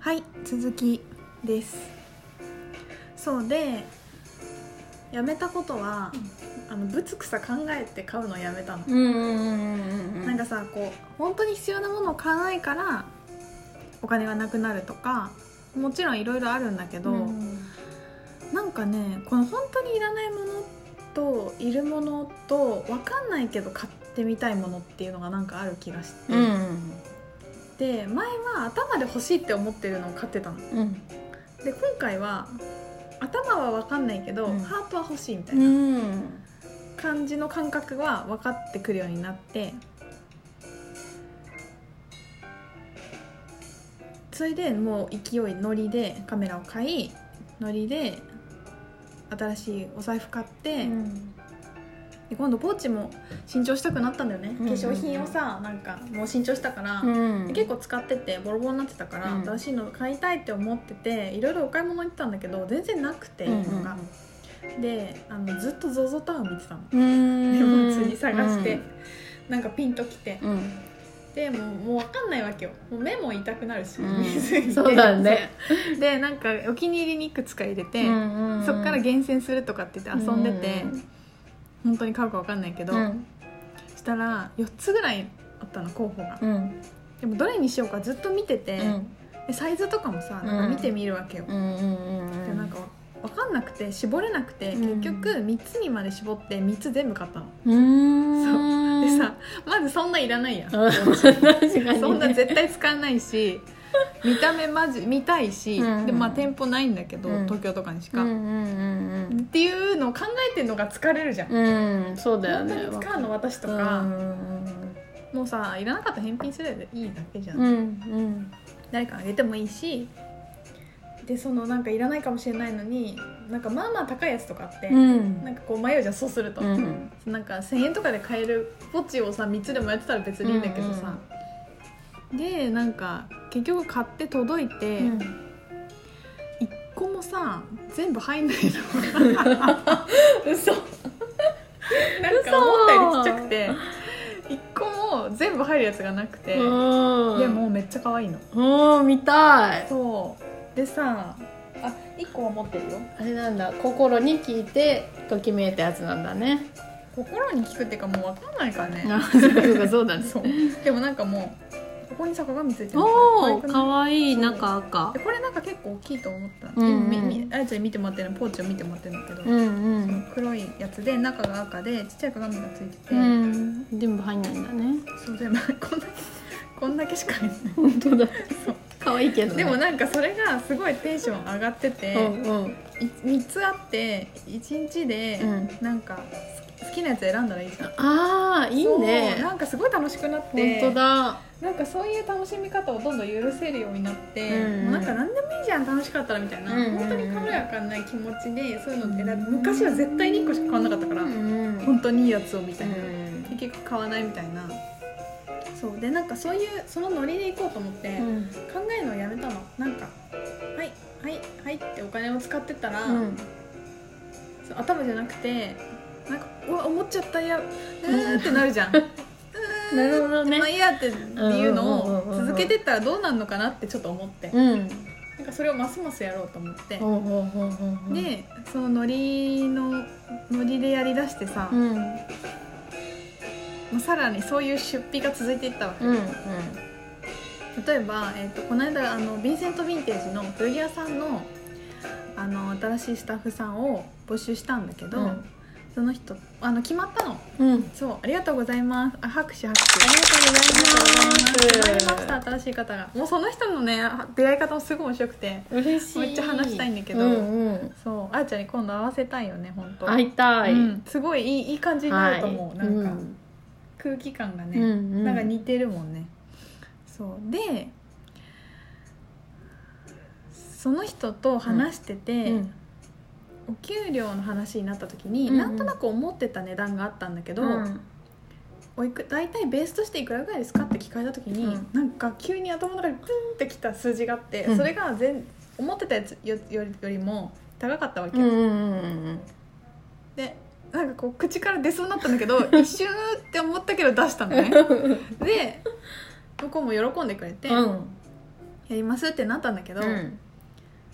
はい続きですそうでやめたことは、あのぶつくさ考えて買うのやめたの、うんうんうんうんうんなんかさこう本当に必要なものを買わないからお金がなくなるとかもちろんいろいろあるんだけど、うんなんかねこの本当にいらないものといるものと分かんないけど買ってみたいものっていうのがなんかある気がして、うんで前は頭で欲しいって思ってるのを買ってたのでうん今回は頭は分かんないけど、うんハートは欲しいみたいうなん感じの感覚は分かってくるようになってそれでもう勢いノリでカメラを買いノリで新しいお財布買って、で今度ポーチも新調したくなったんだよね、うんうんうん化粧品をさなんかもう新調したから、うん結構使っててボロボロになってたから、うん新しいの買いたいって思ってていろいろお買い物行ったんだけど全然なくて、うんのがであのずっと ZOZO タウン見てたのうん荷物に探して、なんかピンときてうんうんでもうもう分かんないわけよもう目も痛くなるし、うん水着でそうだねでなんかお気に入りにいくつか入れて、うんうんそっから厳選するとかって言って遊んでて、うん本当に買うか分かんないけど、うんしたら4つぐらいあったの候補がうんでもどれにしようかずっと見てて、うんでサイズとかもさなんか見てみるわけよ、うんうんうんでなんか分かんなくて絞れなくて、う結ん局3つにまで絞って3つ全部買ったの、うーんでさまずそんないらないやんうん確かにねそんな絶対使わないし見た目マジ見たいし、うんでまあ店舗ないんだけど、うん東京とかにしうんか、うんっていうのを考えてるのが疲れるじゃん、うんうんそうだよ本ね当に使うの私とか、うんもうさいらなかったら返品すればいいだけじゃん、うんうん誰かあげてもいいしでそのなんかいらないかもしれないのになんかまあまあ高いやつとかあって、うんうんなんかこう迷うじゃんそうすると、うんなんか1,000円とかで買えるポチをさ3つでもやってたら別にいいんだけどさ、でなんか結局買って届いて、一個もさ全部入ん ないの嘘なんか思ったよりちっちゃくて一個も全部入るやつがなくて、うんでもめっちゃ可愛いのうん見たいそうでさあ一個は持ってるよあれなんだ心に聞いてときめいたやつなんだね心に聞くっていうかもう分かんないからねあそうかそうかそうだねそうでもなんかもうここにさ鏡ついてる お可愛おくないかわいい中赤でこれなんか結構大きいと思った、うんうんみみあやちゃんに見てもらってるのポーチを見てもらってるんだけど、うんそのう黒いやつで中が赤でちっちゃい鏡がついてて、んうん全部入んないんだねそうでもこんだけ こんだけしか入ってない本当だそうかわいいけどねでもなんかそれがすごいテンション上がってて、うんうんい3つあって1日でうんなんか好き好きなやつ選んだらいいじゃんああいいねそうなんかすごい楽しくなって本当だなんかそういう楽しみ方をどんどん許せるようになって、うんもうなんか何でもいいじゃん楽しかったらみたいな、うんうんうん本当に軽やかな気持ちでそういうのってだって昔は絶対に1個しか買わなかったから、うん本当にいいやつをみたいな、うん結局買わないみたいなそうでなんかそういうそのノリで行こうと思って、うん考えるのをやめたのなんか「はいはいはい」ってお金を使ってたら、うんそう頭じゃなくてなんか「うわ思っちゃったいやうー」ってなるじ ゃん。うーなるほどねまあいいやってっていうのうんうんをうんうんうん続けてったらどうなるのかなってちょっと思って、うんなんかそれをますますやろうと思って、ほうほうほうほうほうでそのノリのノリでやりだしてさ、うもんうさらにそういう出費が続いていったわけ、うんうん例えば、えー、とこの間あのヴィンセント・ヴィンテージの古着屋さんのあの新しいスタッフさんを募集したんだけど、うんその人あの決まったのうんそうありがとうございますあ拍手拍ありがとう手あございます。りがとうございます決まりました新しい方がもうその人のね出会い方もすごい面白くて嬉しい。めっちゃ話したいんだけどうんうん、そうあーちゃんに今度会わせたいよね本当会いたい。うん、すごいいいいい感じになると思う、はいなんか、空気感がね、うんうんなんか似てるもんねそうでその人と話してて、うんお給料の話になった時に、うんうんなんとなく思ってた値段があったんだけど、うんおいく大体ベースとしていくらぐらいですかって聞かれた時に、うんなんか急に頭の中にプンってきた数字があって、うんそれが全思ってたやつよよりよりも高かったわけ、うんうんうんでなんかこう口から出そうになったんだ けど一瞬って思ったけど出したのねで向こうも喜んでくれて、うん。やりますってなったんだけど、うん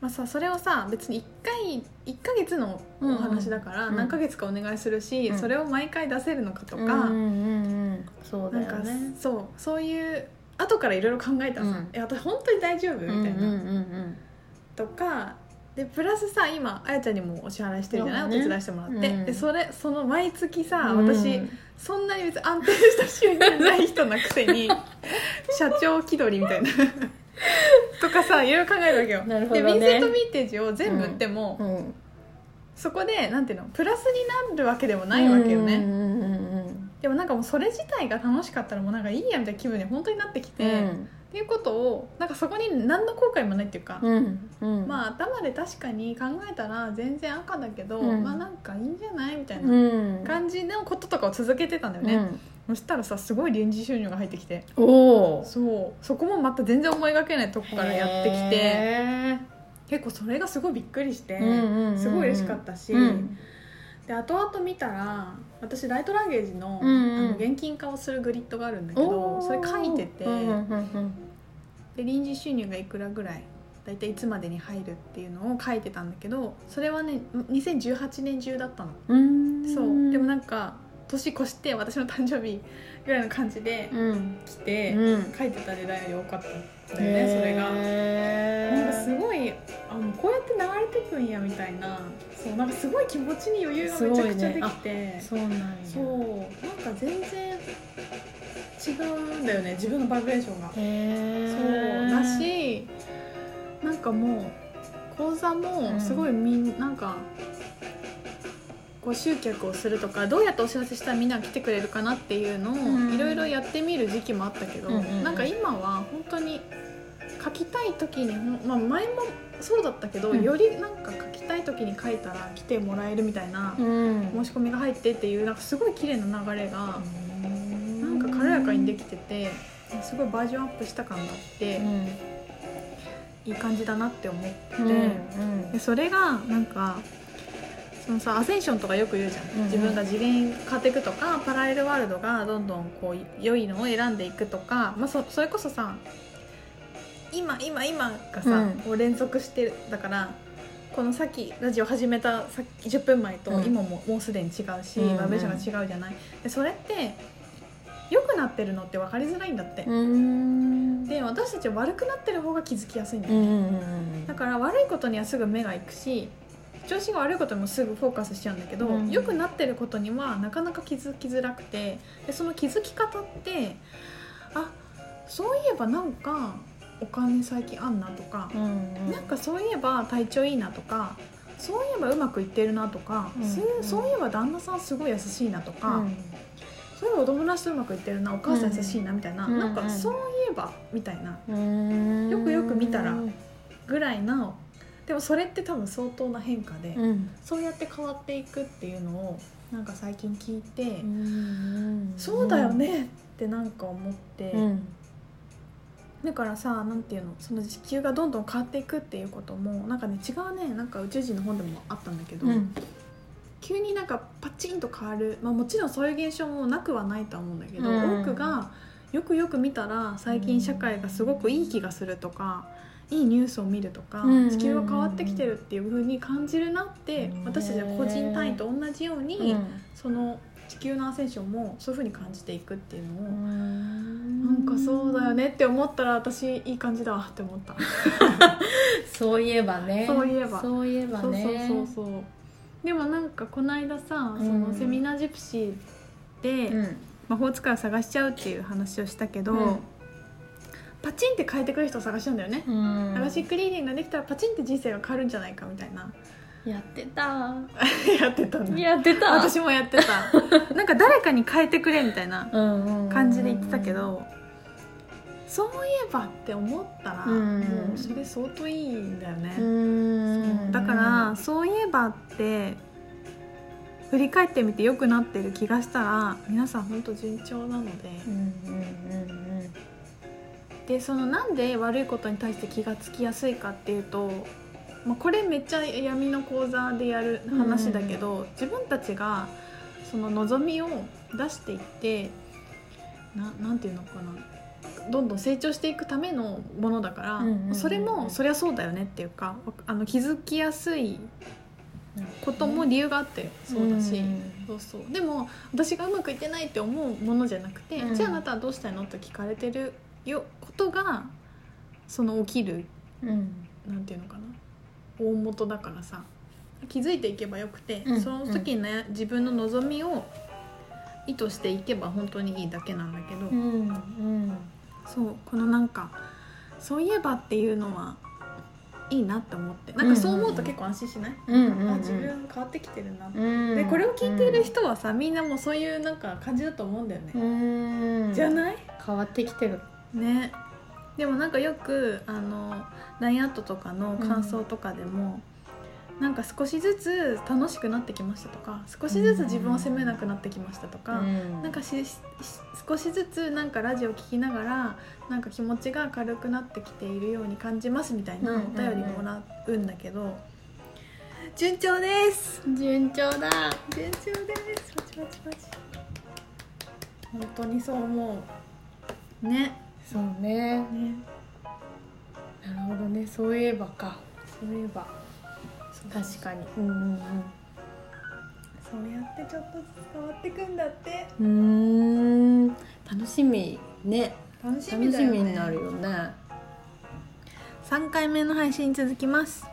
まあ、さそれをさ別に1回一ヶ月のお話だからうん何ヶ月かお願いするし、うんそれを毎回出せるのかとか、うんうんうんそうなだんよかねそうそういう後からいろいろ考えたらさ、うんえ私本当に大丈夫みたいな、うんうんうんとかでプラスさ今あやちゃんにもお支払いしてるじゃない、そうおね手伝いしてもらって、うんでそれその毎月さうん私、そんなに別に安定した収入ない人なくせ に社長気取りみたいな とかさいろいろ考えるわけよなるほどねでヴィンセント・ヴィンテージを全部売っても、うんそこでなんていうのプラスになるわけでもないわけよね、うんうんうんうんでもなんかもうそれ自体が楽しかったらもうなんかいいやみたいな気分に本当になってきて、っていうことをなんかそこに何の後悔もないっていうか、うんうんまあ頭で確かに考えたら全然赤だけど、うんまあなんかいいんじゃないみたいなうん感じのこととかを続けてたんだよね、うんそしたらさすごい臨時収入が入ってきておおそうそこもまた全然思いがけないとこからやってきて結構それがすごいびっくりして、すごい嬉しかったし、うんで後々見たら私ライトランゲージの,、うんうんあの現金化をするグリッドがあるんだけおどーそれ書いてて、うんうんうんで臨時収入がいくらぐらい大体いつまでに入るっていうのを書いてたんだけどそれはね2018年中だったの、うんそうでもんなんか年越して私の誕生日ぐらいの感じでうん来て、うん書いてた時代より多かったんだよねそれが。なんかすごいあもうこうやって流れてくんやみたいなそうなんかすごい気持ちに余裕がめちゃくちゃできて、そうなんやそうなんか全然違うんだよね自分のバイブレーションが。へえそうだしなんかもう講座もすごいみん、なんかこう集客をするとかどうやってお知らせしたらみんなが来てくれるかなっていうのうをんいろいろやってみる時期もあったけど、うんうんうんなんか今は本当に書きたい時に、まあ、前もそうだったけど、うんよりなんか書きたい時に書いたら来てもらえるみたいなうん申し込みが入ってっていうなんかすごい綺麗な流れがなんか軽やかにできててすごいバージョンアップした感があって。うんいい感じだなって思って、うんでそれがなんかそのさアセンションとかよく言うじゃん、うん自分が次元変わっていくとかパラレルワールドがどんどんこう良いのを選んでいくとか、まあ、そそれこそさ今今今がさ、うんこう連続してるだからこのさっきラジオ始めたさっき10分前とうん今ももうすでに違うし、うんうんバベーションが違うじゃないでそれって良くなってるのって分かりづらいんだって、うんで私たちは悪くなってる方が気づきやすいんだよねうんうんだから悪いことにはすぐ目が行くし調子が悪いことにもすぐフォーカスしちゃうんだけど、うん良くなってることにはなかなか気づきづらくてでその気づき方ってあそういえばなんかお金最近あんなとか、うんうんなんかそういえば体調いいなとかそういえばうまくいってるなとか、うんそうそういえば旦那さんすごい優しいなとか、うんそういえばお友達とうまくいってるなお母さん優しいなみたいな、うんなんうんかうんそういえばみたいなうんよくよく見たらぐらいなでもそれって多分相当な変化で、うんそうやって変わっていくっていうのをなんか最近聞いて、うんそうだよねってなんか思って、うんだからさなんていうのその地球がどんどん変わっていくっていうこともなんかね違うねなんか宇宙人の本でもあったんだけど、うん急になんかパチンと変わる、まあ、もちろんそういう現象もなくはないとは思うんだけど、うん多くがよくよく見たら最近社会がすごくいい気がするとか。いいニュースを見るとか、うん地球が変わってきてるっていう風に感じるなって、うん私たちは個人単位と同じように、うんその地球のアセンションもそういう風に感じていくっていうのを、ななんかそうだよねって思ったら私いい感じだわって思った、そういえばねそういえばそういえばそうねそうそうそうでもなんかこの間さそうんのセミナージプシーで、うん魔法使いを探しちゃうっていう話をしたけど、うんパチンって変えてくる人を探したんだよね、うんアラシックリーディングができたらパチンって人生が変わるんじゃないかみたい なやってたやってたんだやってた私もやってたなんか誰かに変えてくれみたいな感感じで言ってたけど、そういえばって思ったら、うんもうそれ相当いいんだよね、うんだからそういえばって振り返ってみて良くなってる気がしたら皆さん本当順調なので、うんうんでそのなんで悪いことに対して気がつきやすいかっていうと、まあ、これめっちゃ闇の講座でやる話だけど、自分たちがその望みを出していってななんていうのかなどんどん成長していくためのものだから、うんうんうんそれもそりゃそうだよねっていうかあの気づきやすいことも理由があってそうだし、うんそうそうでも私がうまくいってないって思うものじゃなくて、うんじゃああなたはどうしたいのって聞かれてるよことがその起きるうんなんていうのかな大元だからさ気づいていけばよくて、うんその時に、ね自分の望みを意図していけば本当にいいだけなんだけど、うんうんそうこのなんかそういえばっていうのはいいなって思ってなんかそう思うと結構安心しない、うんうんうんあ自分変わってきてるなって、うんでこれを聞いている人はさみんなもうそういうなんか感じだと思うんだよね、うんじゃない変わってきてるねでもなんかよくあの LINE アットとかの感想とかでも、なんか少しずつ楽しくなってきましたとか少しずつ自分を責めなくなってきましたとか、うんなんかしし少しずつなんかラジオ聞きながらなんか気持ちが軽くなってきているように感じますみたいなうおんうんうん便りもらうんだけど、順調です順調だ順調ですパチパチパチ本当にそう思うねそうねねなるほどねそういえばかそういえば確かにうんそうやってちょっとずつ変わっていくんだってうんうんうーん楽しみね楽し楽みだしよねみになるよね3回目の配信続きます